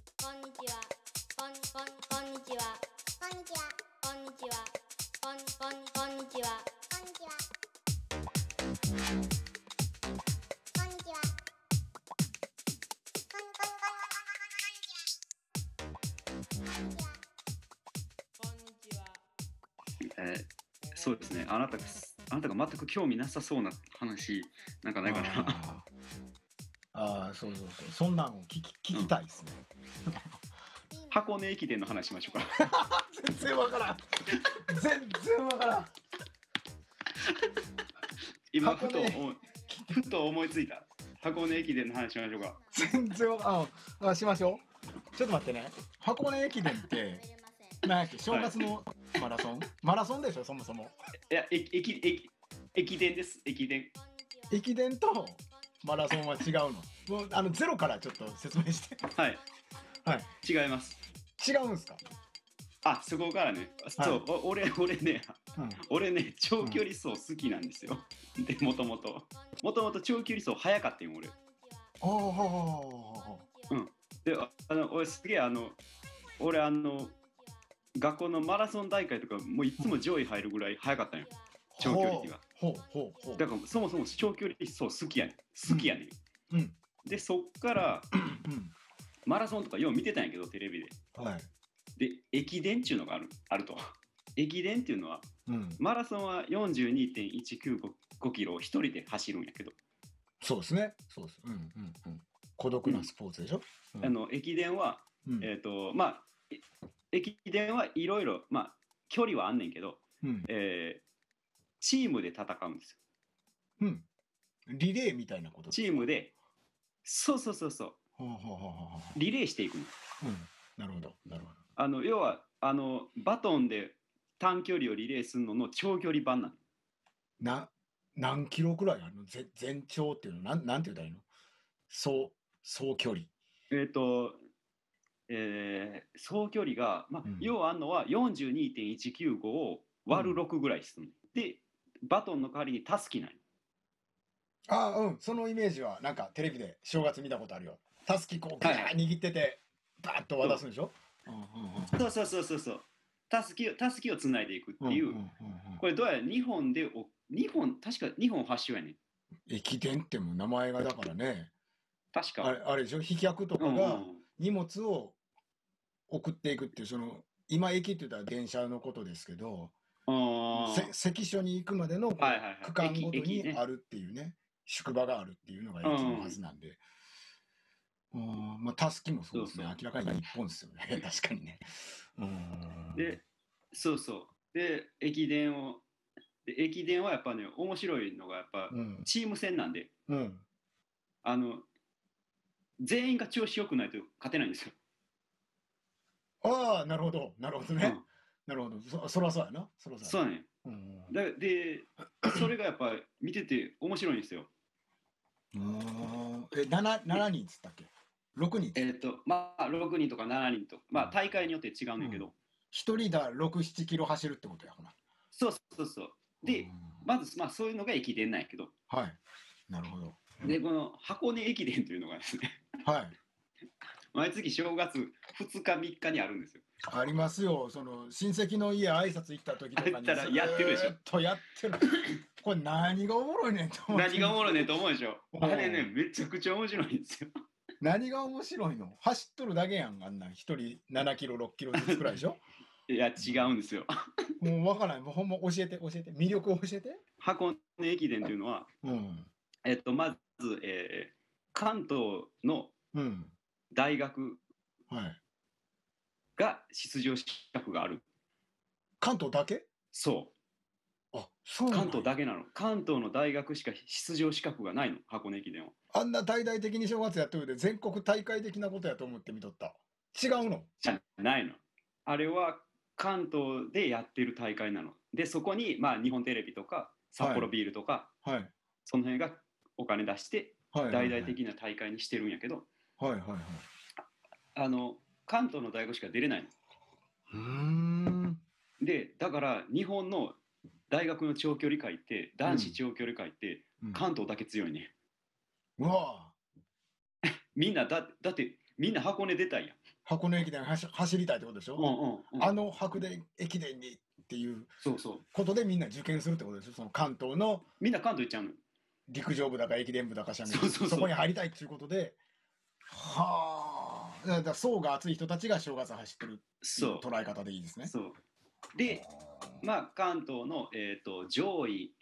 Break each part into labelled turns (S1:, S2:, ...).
S1: こんにちは。こん、こん、こんにちは。
S2: こんにちは。
S1: こんにちは。こん、こん、こんにちは。
S2: こんにちは。こんにちは。こんこんこんこんこんこんこんにちは。こんにちは。
S1: こんにちは。
S3: えーそうですねあなたがあなたが全く興味なさそうな話なんかないかな
S4: あーあー、そうそうそう。そんなんを聞き聞きたいですね。
S3: 箱根駅伝の話しましょうか
S4: 全然わからん。全然わからん。
S3: 今ふと
S4: 箱
S3: 思いふと思いついた箱根駅伝の話しましょうか
S4: 全然わからんあ。あ、しましょう。ちょっと待ってね。箱根駅伝っ
S1: 食
S4: て
S1: べ、れません。
S4: なんやっけ、正月のマラソン、マラソンでしょ、そもそも。
S3: いや駅駅駅駅伝です駅伝
S1: こんにちは。
S4: 駅伝とマラソンは違うの。もうあのゼロからちょっと説明して。
S3: はい
S4: はい。
S3: 違います
S4: 違うんすか。
S3: あそこからねそう、お俺俺ね
S4: うん。
S3: 俺ね長距離走好きなんですよ、でもともともともと長距離走早かったんよ俺
S4: おおほ
S3: でああの俺すげえあの俺あの学校のマラソン大会とかもういつも上位入るぐらい早かったんよ長距離が
S4: ほうほうほう
S3: だからそもそも長距離走好きやねん好きやねん、
S4: うん
S3: でそっからマラソンとかよう見てたんやけどテレビ
S4: うんはい
S3: でで駅伝っちゅうのがあるあると駅伝っていうのは
S4: うん
S3: マラソンは42.195キロを1人で走るんやけど、
S4: そうですねそうですうんうんうん孤独なスポーツでしょうん
S3: あの駅伝は、
S4: うん
S3: えっ、とまあえ駅伝はいろいろまあ距離はあんねんけど、
S4: うん
S3: えーチームで戦うんですよ
S4: うんリレーみたいなこと
S3: チームでそうそうそうそう
S4: ほうほうほうほうほう
S3: リレーしていくの
S4: うんなるほどなるほど
S3: あの要はあのバトンで短距離をリレーするのの長距離版なの
S4: な何キロくらいあるのぜ全長っていうのなんなんて言うたらいいの総総距離
S3: えっ、とえー総距離が、まあ
S4: うん
S3: 要はあんのは42.195を割る6ぐらいするの、でバトンの代わりにタスキない
S4: ああうんそのイメージはなんかテレビで正月見たことあるよたすきこうガ
S3: は
S4: ー
S3: い
S4: 握っててバーッと渡すんでしょうんうんうん
S3: そうそうそうそうそうタスキをタスキをつないでいくっていう、
S4: んんうんうん
S3: これどうやら日本でお日本確か日本発祥やねん
S4: 駅伝ってもう名前がだからね
S3: 確か
S4: あれあれでしょ飛脚とか
S3: うん
S4: が
S3: うん
S4: 荷物を送っていくっていうその今駅って言ったら電車のことですけど
S3: あ
S4: せ
S3: ー
S4: 関所に行くまでのこう
S3: はいはいはい
S4: 区間ご
S3: 駅
S4: と
S3: 駅
S4: に
S3: ね
S4: あるっていうね宿場があるっていうのが駅のはずなんで。うんまあ、たすきもそうですね
S3: そうそう
S4: 明らかに日本ですよね 確かにね。うん
S3: でそうそうで駅伝をで駅伝はやっぱね面白いのがやっぱ
S4: うん
S3: チーム戦なんで
S4: うん、
S3: あの全員が調子よくないと勝てないんですよ。
S4: ああなるほどなるほどね、
S3: うん
S4: なるほどそそらそうやなそらそ
S3: そうう
S4: や
S3: だね
S4: なう
S3: だ
S4: ん
S3: でそれがやっぱ見てて面白いんですよ。
S4: うんえ七七人っつったっけ六人
S3: えっ、とまあ6人とか7人とか、まあ、大会によって違うんだけど、
S4: 一人だ六七キロ走るってことやほな
S3: そうそうそう。で、
S4: うん
S3: まず、まあ、そういうのが駅伝なんやけど
S4: はいなるほど
S3: でこの箱根駅伝というのがですね
S4: はい
S3: 毎月正月2日3日にあるんですよ。
S4: ありますよその親戚の家挨拶行った時とか
S3: あっ
S4: に
S3: たらやってるでしょ
S4: ずーっとやってるこれ何がおもろいねんと思って
S3: 何がおもろいねんと思うでしょ。
S4: うん
S3: あれねめちゃくちゃ面白いんですよ。
S4: 何が面白いの走っとるだけやんあんなん一人7キロ6キロずつ くらい でしょ
S3: いや違うんですよ。
S4: もう分からないもうほんま教えて教えて魅力を教えて
S3: 箱根駅伝というのは、
S4: うん
S3: えっと、まず、えー関東の
S4: うん
S3: 大学
S4: はい
S3: が出場資格がある。
S4: 関東だけ
S3: そ
S4: あそう
S3: う
S4: なんや
S3: 関東だけなの関東の大学しか出場資格がないの箱根駅伝は
S4: あんな大々的に正月やってるで全国大会的なことやと思って見とった違うの
S3: じゃないのあれは関東でやってる大会なのでそこに、まあ、日本テレビとか札幌ビールとか、
S4: はい
S3: その辺がお金出して
S4: はい
S3: 大々的な大会にしてるんやけど、
S4: はいはいはい
S3: あの関東の大学しか出れないの
S4: うーん
S3: でだから日本の大学の長距離界って男子長距離界って
S4: うん
S3: 関東だけ強いね、
S4: うわ
S3: みんなだだってみんな箱根出たいやん
S4: 箱根駅伝走走りたいってことでしょ、
S3: うんうんうん、
S4: あの箱根駅伝にっていう
S3: そうそう
S4: ことでみんな受験するってことでしょその関東の
S3: みんな関東行っちゃうの
S4: 陸上部だか駅伝部だかしらんけど
S3: そうそうそう
S4: そこに入りたいっていうことではあだから層が厚い人たちが正月走ってるってい
S3: そう
S4: う捉え方でいいですね。
S3: そうで、まあ、関東の、えー、と上位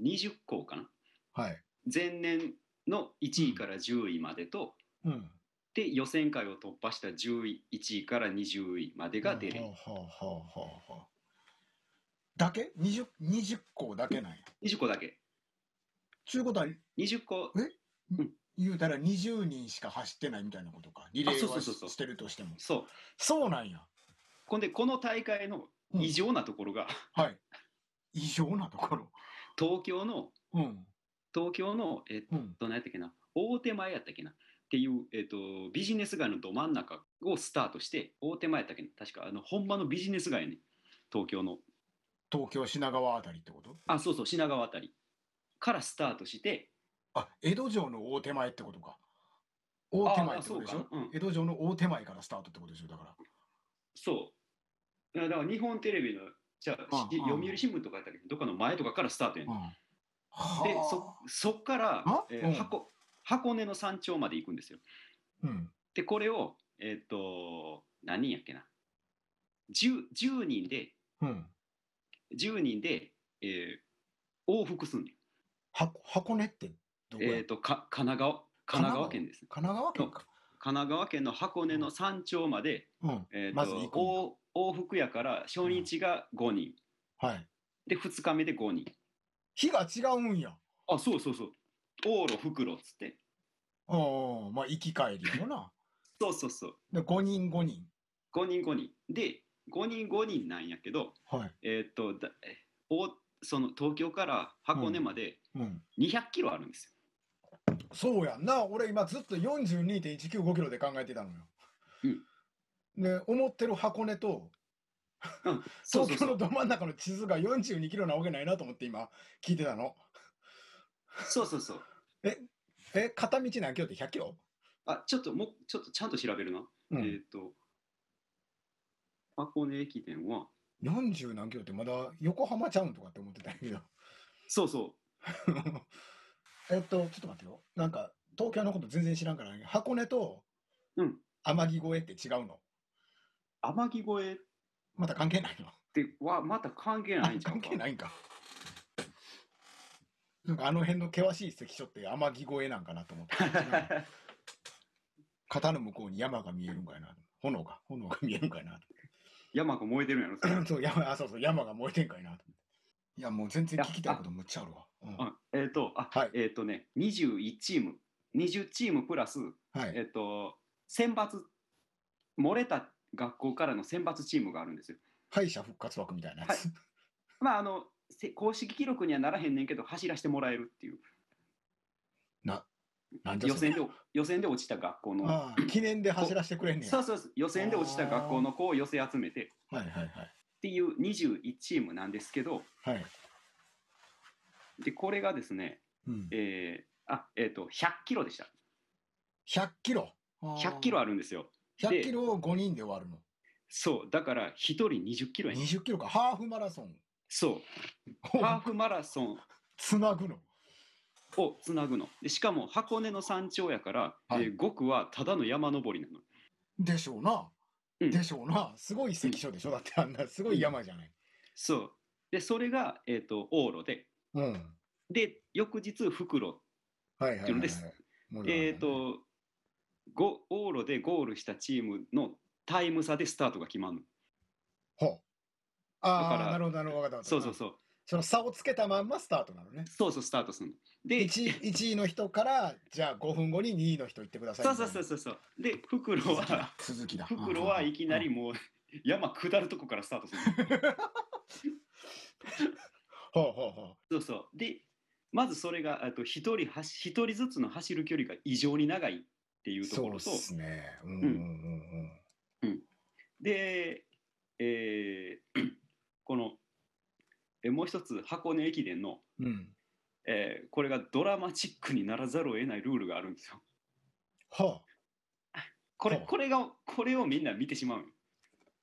S3: 20校かな
S4: はい、
S3: 前年の1位から10位までと、
S4: うん、
S3: で予選会を突破した10位1位から20位までが出る、
S4: はあはあはあはあはあだけ 20, 20校だけなんや。
S3: 20校だけ
S4: ちゅうことは
S3: 20校
S4: 言うたら20人しか走ってないみたいなことかリレ
S3: あそ
S4: ー
S3: うそ
S4: は
S3: うそうそう
S4: してるとしても
S3: そう
S4: そうなんや、
S3: ほんでこの大会の
S4: うん
S3: 異常なところが、
S4: はい異常なところ
S3: 東京の
S4: うん
S3: 東京のえっ、
S4: うん
S3: と何やったっけな大手前やったっけなっていう、えっとビジネス街のど真ん中をスタートして大手前やったっけな確かあの本場のビジネス街ね東京の
S4: 東京品川あたりってこと
S3: あそうそう品川あたりからスタートして
S4: あ江戸城の大手前ってことか大手前ってことでし
S3: ああそ
S4: ょ
S3: う、かうん
S4: 江戸城の大手前からスタートってことでしょだから
S3: そうだから日本テレビのじゃあ
S4: うん
S3: し
S4: うん
S3: 読売新聞とかやったっけどどっかの前とかからスタートやねん
S4: うん
S3: で
S4: はあ
S3: そそっから
S4: あ、
S3: えー
S4: うん
S3: 箱箱根の山頂まで行くんですよ。
S4: うん
S3: でこれをえーっ、と何人やっけな 10, 10人で
S4: うん
S3: 10人で、えー往復すんねん
S4: 箱箱根ってどこや、
S3: えーっ、とか神奈川神奈川県ですね
S4: 神奈川県か
S3: 神奈川県の箱根の山頂まで、
S4: うん
S3: えーっと
S4: まず行くんや
S3: 往往復やから初日が5人、
S4: はい
S3: で2日目で5人
S4: 日が違うんや
S3: あそうそうそう往路袋っつって
S4: うんうんまあ行き帰りやろな
S3: そうそうそう
S4: で5人5人
S3: 5人5人で5人5人なんやけど、
S4: はい
S3: えーっとだえおその東京から箱根まで
S4: うん
S3: 200キロあるんです
S4: そうやんな俺今ずっと42.195キロで考えてたのよ。ね思ってる箱根と
S3: よ。うん、そうそう
S4: 東京
S3: そ
S4: の
S3: う
S4: ど真ん中の地図が42キロなわけないなと思って今聞いてたの。
S3: そうそうそう
S4: え片道何キロって100キロ
S3: あちょっともうちょっとちゃんと調べるな。
S4: う
S3: えー
S4: ん、
S3: っと箱根駅伝は
S4: 40何キロってまだ横浜ちゃうんとかって思ってたんやけど
S3: そうそ
S4: えっとちょっと待ってよなんか東京のこと全然知らんから、ね、箱根と
S3: ううん
S4: 天城越えって違うの
S3: 天城越えっ
S4: また関係ないの
S3: てはまた関係ないんちゃう
S4: 関
S3: か
S4: 係ないんか。なんかあの辺の険しい関所って天城越えなんかなと思って肩の向こうに山が見えるんかいな炎が炎が見えるんかいな
S3: 山が燃えてるんやろそれ
S4: そう山あそうそう山が燃えてんかいなと思っていやもう全然聞きたいことむっちゃあるわ、うん
S3: うんえーっとあ、
S4: はい
S3: えーっとね21チーム20チームプラス
S4: はい
S3: えっと、選抜、漏れた学校からの選抜チームがあるんですよ。
S4: 敗者復活枠みたいなやつ、
S3: まあ、あの、せ公式記録にはならへんねんけど、走らせてもらえるっていう、
S4: なんじゃ
S3: 予
S4: それ
S3: 選で、予選で落ちた学校の、
S4: ああ記念で走らせてくれんねや
S3: そう
S4: は
S3: そうそう、予選で落ちた学校の子を寄せ集めてっ
S4: いはいはい
S3: ていう21チームなんですけど、
S4: はい
S3: で、これがですね、
S4: うん、
S3: えーあ、えっ、と、100キロでした。
S4: 100キロああ
S3: 100キロあるんですよ。
S4: 100キロを5人で終わるの
S3: そう、だから1人20キロやねん
S4: 20キロかハーフマラソン
S3: そう、ハー
S4: を
S3: フマラソン
S4: つなぐの
S3: をつなぐの。でしかも箱根の山頂やから、
S4: はい
S3: えー5区はただの山登りなの。
S4: でしょうな、
S3: うん
S4: でしょうなすごい関所でしょだってあんなすごい山じゃない
S3: そう。で、それが、えっ、と、往路で。
S4: うん、
S3: で、翌日、袋。
S4: はいはいはい、はい、
S3: です
S4: もうなんかね
S3: えっ、と、ご往路でゴールしたチームのタイム差でスタートが決まるの。
S4: ほうあ
S3: だ
S4: あ
S3: から
S4: なるほどなるほど分かった
S3: そうそう
S4: う
S3: そう。
S4: その差をつけたまんまスタートなのね
S3: そうそう、スタートするの。で、
S4: 1位一位の人からじゃあ5分後に2位の人行ってください
S3: そう
S4: みた
S3: そ
S4: いうな
S3: そうそうそう。で、袋 は、
S4: 続きだ続きだ
S3: 袋はいきなりもう、山下るとこからスタートするの。
S4: ほうほうほ
S3: そうそう。で、まずそれが、あと一人走、一人ずつの走る距離が異常に長いっていううところと、
S4: そうっすねうんうんうん
S3: で、えー この、えもう一つ箱根駅伝の、
S4: うんうん
S3: えーこれがドラマチックにならざるを得ないルールがあるんですよ。
S4: は
S3: これ
S4: ほう
S3: これがこれをみんな見てしまうんよ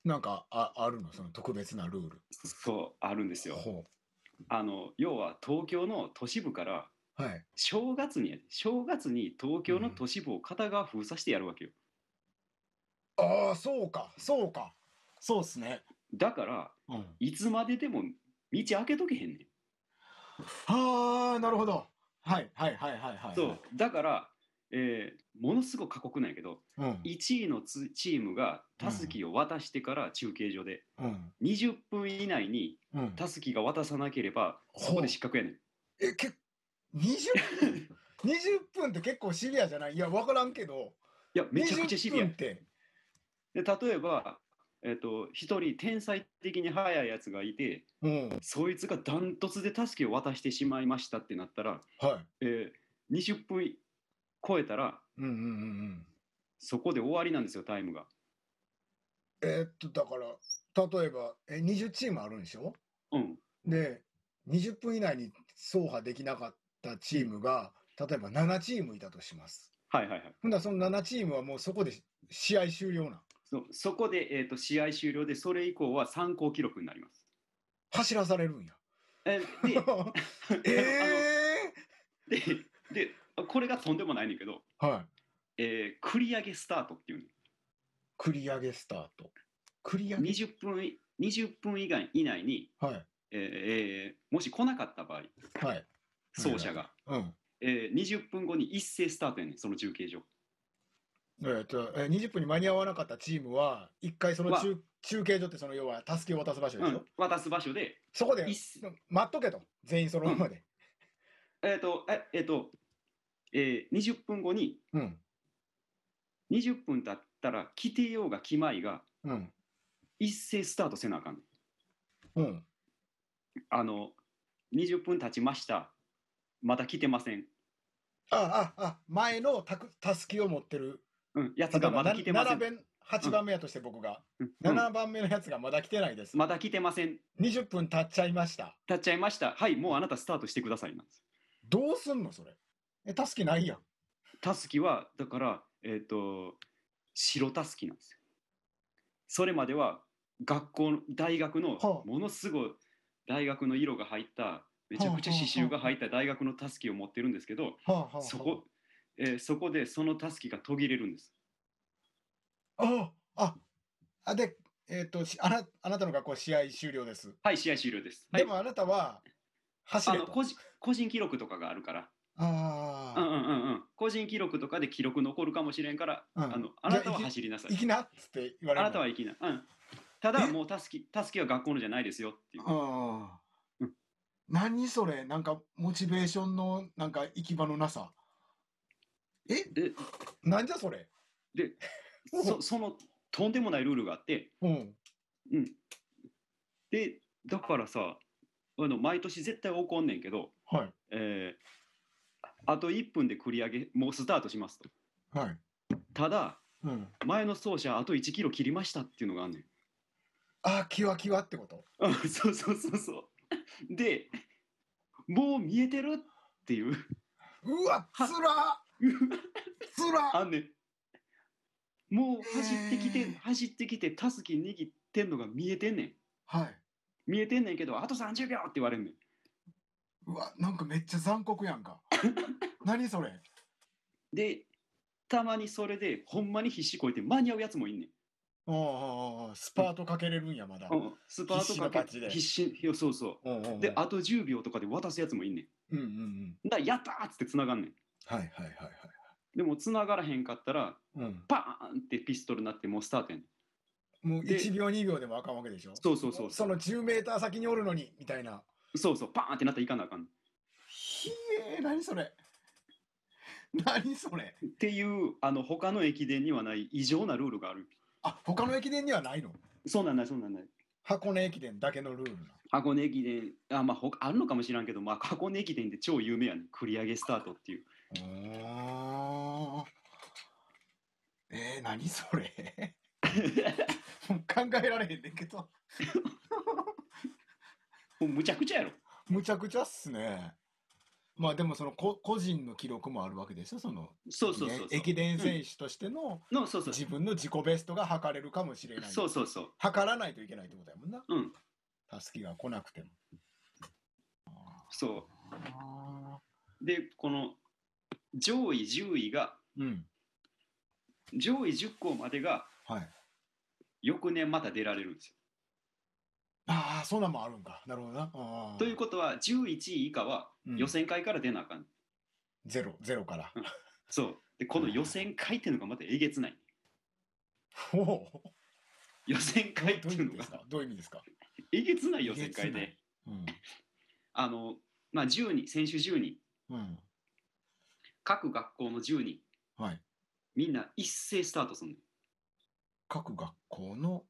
S4: なんかああるのその特別なルール。
S3: そうあるんですよ
S4: ほ
S3: あの要は東京の都市部から
S4: うはい。
S3: 正月にやで正月に東京の都市部を片側封鎖してやるわけよ、
S4: ああそうかそうかそうっすね。
S3: だから
S4: うん、
S3: いつまででも道開けとけへんねん、
S4: ああなるほど。はいはいはいはいはい。
S3: そう。だから、えーものすごく過酷なんやけど
S4: うん
S3: 1位のつチームがたすきを渡してから中継所で
S4: うん
S3: 20分以内に
S4: うん。
S3: たすきが渡さなければそこで失格やねん
S4: えけ二十 分二十分って結構シビアじゃないいやわからんけど。
S3: いやめちゃくちゃシビア
S4: 20分って
S3: で例えば、えっと一人天才的に速いやつがいて
S4: うん
S3: そいつがダントツでたすきを渡してしまいましたってなったら、
S4: はい。
S3: えー20分超えたら
S4: うんうんうんうん。
S3: そこで終わりなんですよタイムが
S4: えーっとだから例えばえ20チームあるんでしょ
S3: うん
S4: で20分以内に走破できなかったチームが例えば7チームいたとします
S3: はいはいはい
S4: ほんならその7チームはもうそこで試合終了なん
S3: そそこで、えー、と試合終了でそれ以降は参考記録になります
S4: 走らされるんや
S3: えで
S4: え
S3: ででこれがとんでもないねんけど、
S4: えはい
S3: えー繰り上げスタートっていう
S4: 繰り上げスタート繰り上
S3: の
S4: げ
S3: 20分い20分以外以内に、
S4: はい
S3: えーえーもし来なかった場合
S4: はい
S3: 走者が、
S4: うん
S3: えー20分後に一斉スタートやねんその中継所
S4: えーっとえー20分に間に合わなかったチームは一回その
S3: は
S4: 中中継所ってその要はたすきを渡す場所で
S3: う
S4: しょ、
S3: ん、渡す場所で、
S4: そこで
S3: いっす
S4: 待っとけと全員揃うまで
S3: えっ、と、ええーと、えー20分後に、
S4: うん
S3: 20分経ったら、来てようが来まいが、
S4: うん
S3: 一斉スタートせなあかんねん。
S4: うん
S3: あの、20分経ちました。まだ来てません。
S4: あああ前のたくたすきを持ってる
S3: うん、やつがまだ来てません。
S4: 番8番目やとして僕が、
S3: うん
S4: 7番目のやつがまだ来てないです、
S3: まだ来てません。
S4: 20分経っちゃいました
S3: 経っちゃいました。はい、もうあなたスタートしてくださいなんです。
S4: どうすんのそれえたすきないやん
S3: たすきは、だから、えっ、と、白たすきなんですよ。それまでは、学校の、大学の
S4: は、あ
S3: ものすごい、大学の色が入った、めちゃくちゃ
S4: はあはあ
S3: 刺繍が入った大学のたすきを持ってるんですけど、
S4: はあは
S3: そこ、えーそこでそのたすきが途切れるんです。
S4: あああでえっ、としあなあなたの学校試合終了です、
S3: はい、試合終了です。はい、
S4: でもあなたは走
S3: あ
S4: れ
S3: の
S4: と
S3: 個人個人記録とかがあるから、
S4: あ
S3: うん
S4: あ
S3: うんうんうん、個人記録とかで記録残るかもしれんから、
S4: うん
S3: あのあなたは走りなさい
S4: 行。きなっつって言
S3: あ
S4: われる
S3: なたは
S4: あ
S3: 行きな。うん、ただ
S4: え
S3: もうたすきたすきは学校のじゃないですよっていう。
S4: あー、
S3: うん
S4: 何それなんかモチベーションのなんか行き場のなさえ
S3: で
S4: なんじゃそれ
S3: そそのとんでもないルールがあって、
S4: うん
S3: でだからさあの毎年絶対起こんねんけど、
S4: はい
S3: えーあと1分で繰り上げもうスタートしますと。
S4: はい
S3: ただ
S4: うん
S3: 前の走者あと1キロ切りましたっていうのがあんねん。
S4: ああ、キワキワってこと。
S3: うんそうそうそうそう。で、もう見えてるっていう、
S4: うわ、つらつら
S3: あんねんもう走ってき
S4: へ
S3: て
S4: ー、
S3: 走ってきて、たすき握ってんのが見えてんねん。
S4: はい。
S3: 見えてんねんけど、あと30秒って言われんねん。
S4: うわ、なんかめっちゃ残酷や んか。何それ
S3: で、たまにそれで、ほんまに必死こいて間に合うやつもいんねん。
S4: ああ、スパートかけれるんや、まだ。
S3: うん、スパートか
S4: 必
S3: け
S4: 死の勝ちで
S3: 必死いやそうそ
S4: うんうんう
S3: う。
S4: ん
S3: で、あと10秒とかで渡すやつもいんねん。
S4: うんうんうん。
S3: だからやったーっつって繋がんねん。
S4: はいはいはいはい。
S3: でも繋がらへんかったら、
S4: うん、
S3: パーンってピストルになって、もうスタートやねん。
S4: もう
S3: で
S4: 1秒2秒でもあかんわけでしょ
S3: そうそうそう。
S4: その10メーター先におるのにみたいな
S3: そうそう、パーンってなったらいかなあかん。
S4: ひえ何それ 何それ
S3: っていうあの他の駅伝にはない異常なルールがある
S4: あ他の駅伝にはないの
S3: そうなんないそうなんない
S4: 箱根駅伝だけのルールな
S3: 箱根駅伝あまあ他あるのかもしらんけど、まあ、箱根駅伝で超有名やね繰り上げスタートっていう
S4: あーえー、何それ もう考えられへんねんけど
S3: もうむちゃくちゃやろ
S4: むちゃくちゃっすねまあでもそのこ個人の記録もあるわけですよ、その、
S3: そうそうそうそう。
S4: ね駅伝選手としての
S3: のそうそう
S4: 自分の自己ベストが測れるかもしれない。
S3: そうそうそう。
S4: 測らないといけないってことやもんな。
S3: うん。
S4: たすきが来なくても。
S3: そ
S4: あ
S3: う。で、この上位10位が、
S4: ーうん。
S3: 上位10校までが
S4: はい。
S3: 翌年また出られるんですよ。
S4: ああ、そんなんもあるんか。なるほどな。あー
S3: ということは、11位以下は
S4: うん
S3: 予選会から出なあかん。
S4: ゼロ、ゼロから。
S3: そう。で、この予選会っていうのがまたえげつない。
S4: おお。
S3: 予選
S4: どう
S3: 会ってい
S4: いうう意味
S3: の
S4: です
S3: が
S4: かどういう意味ですか
S3: えげつない予選会
S4: えげつな
S3: で
S4: い、うん。
S3: あの、まあ、10人、選手10人、
S4: うん。
S3: 各学校の10人、
S4: はい。
S3: みんな一斉スタートするの。
S4: 各学校の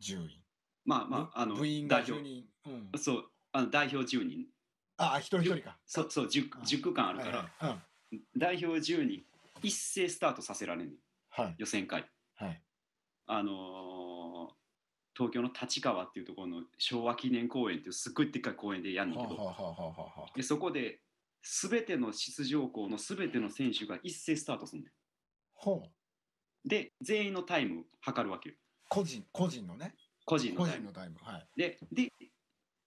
S4: 10人。
S3: まあまあ、あの、
S4: 部員
S3: 代
S4: が
S3: 表
S4: 10。人。うん。
S3: そう、あの代表10人。
S4: ああ、一人一人か。
S3: そう、そう、10,
S4: あ
S3: 10区間あ
S4: は
S3: る
S4: い
S3: か
S4: はい
S3: ら、代表10人、一斉スタートさせられるの
S4: うん。はい。
S3: 予選会。
S4: はい。
S3: あのー東京の立川っていうところの昭和記念公園っていうすっごいでっかい公園でやんねん
S4: は
S3: け
S4: あは
S3: ど、
S4: あはあはあはあ
S3: でそこで、すべての出場校のすべての選手が一斉スタートするの。
S4: ほう。
S3: で、全員のタイムを測るわけよ。
S4: 個人、個人のね。
S3: 個人の
S4: 個
S3: タイ
S4: 人
S3: ム。
S4: のタイム。はい。
S3: で、で、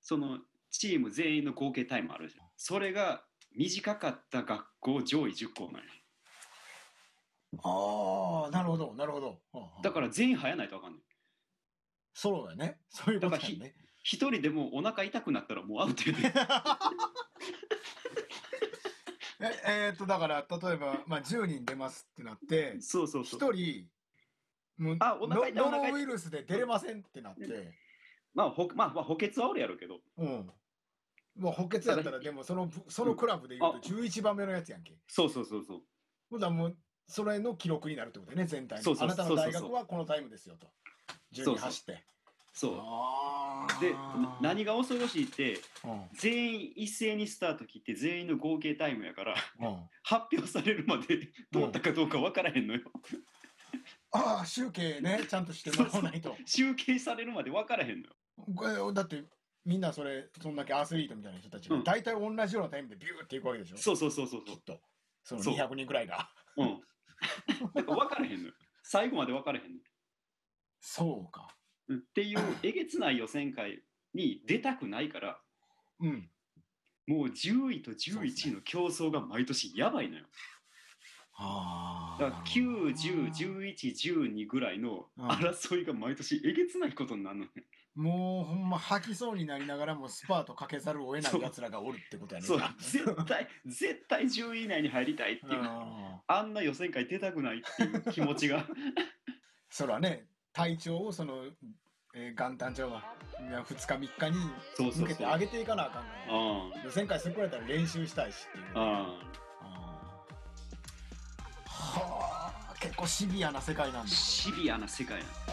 S3: そのチーム全員の合計タイムあるじゃん。それが短かった学校上位10校なんや。
S4: ああ、なるほど、なるほど。はあはあ
S3: だから全員早ないとあかんねん。
S4: そうやね。そういうことだよね。
S3: 一人でもうお腹痛くなったらもうアウトやで
S4: ええー、と、だから、例えば、まあ、10人出ますってなって、
S3: そうそうそう。
S4: 1人、もう
S3: あお腹痛い
S4: ノ
S3: お腹痛
S4: ノ
S3: い
S4: ロウイルスで出れませんってなって、
S3: まあ、ほまあ、まあ、補欠はおるやろうけど。
S4: うん。まあ、補欠やったら、でも、その、そのクラブで言うと11番目のやつやんけ。
S3: そうそうそうそう。
S4: ほんだらもう、それの記録になるってことだよね、全体
S3: そう
S4: の。
S3: そ
S4: あ
S3: う
S4: なたの大
S3: そう
S4: 学
S3: そ
S4: はこのタイムですよと。
S3: そう
S4: 10人
S3: そう
S4: 走って。
S3: そ
S4: あ
S3: う。で、な何が恐ろしいって、
S4: うん。うん。
S3: 全員一斉にスタート切って全員の合計タイムやから、
S4: あ
S3: 発表されるまで 通ったかどうか分からへ んのよ。
S4: あ、集計ね、ちゃんとしてもらわないと。
S3: 集計されるまで分からへんのよ。
S4: これだってみんなそれそんだけアスリートみたいな人たちが
S3: うん
S4: 大体同じようなタイムでビューっていくわけでしょ、
S3: そうそうそうそう
S4: きっ
S3: そ
S4: とその
S3: そう
S4: 200人くらいが
S3: う。 うん。だから分からへんのよ。最後まで分からへんの
S4: そうか
S3: うんっていうえげつない予選会に出たくないから、
S4: うん
S3: もう10位と11位の競争が毎年やばいのよ。
S4: あ
S3: だから9、10、11、12ぐらいの
S4: うん
S3: 争いが毎年えげつないことになるのね。
S4: もうほんま吐きそうになりながらもスパートかけざるを得ない奴らがおるってことやね
S3: そう、絶対、絶対10位以内に入りたいっていう、
S4: あ
S3: あんな予選会出たくないっていう気持ちが、
S4: そらね体調をその、えー元旦ちゃうわいや2日3日に
S3: そうそう
S4: 向けて
S3: そう。
S4: 上げていかなあかんから
S3: うん
S4: 予選会するくらいだったら練習したいしっていう
S3: うん
S4: はあ結構シビアな世界なんだ
S3: シビアな世界なの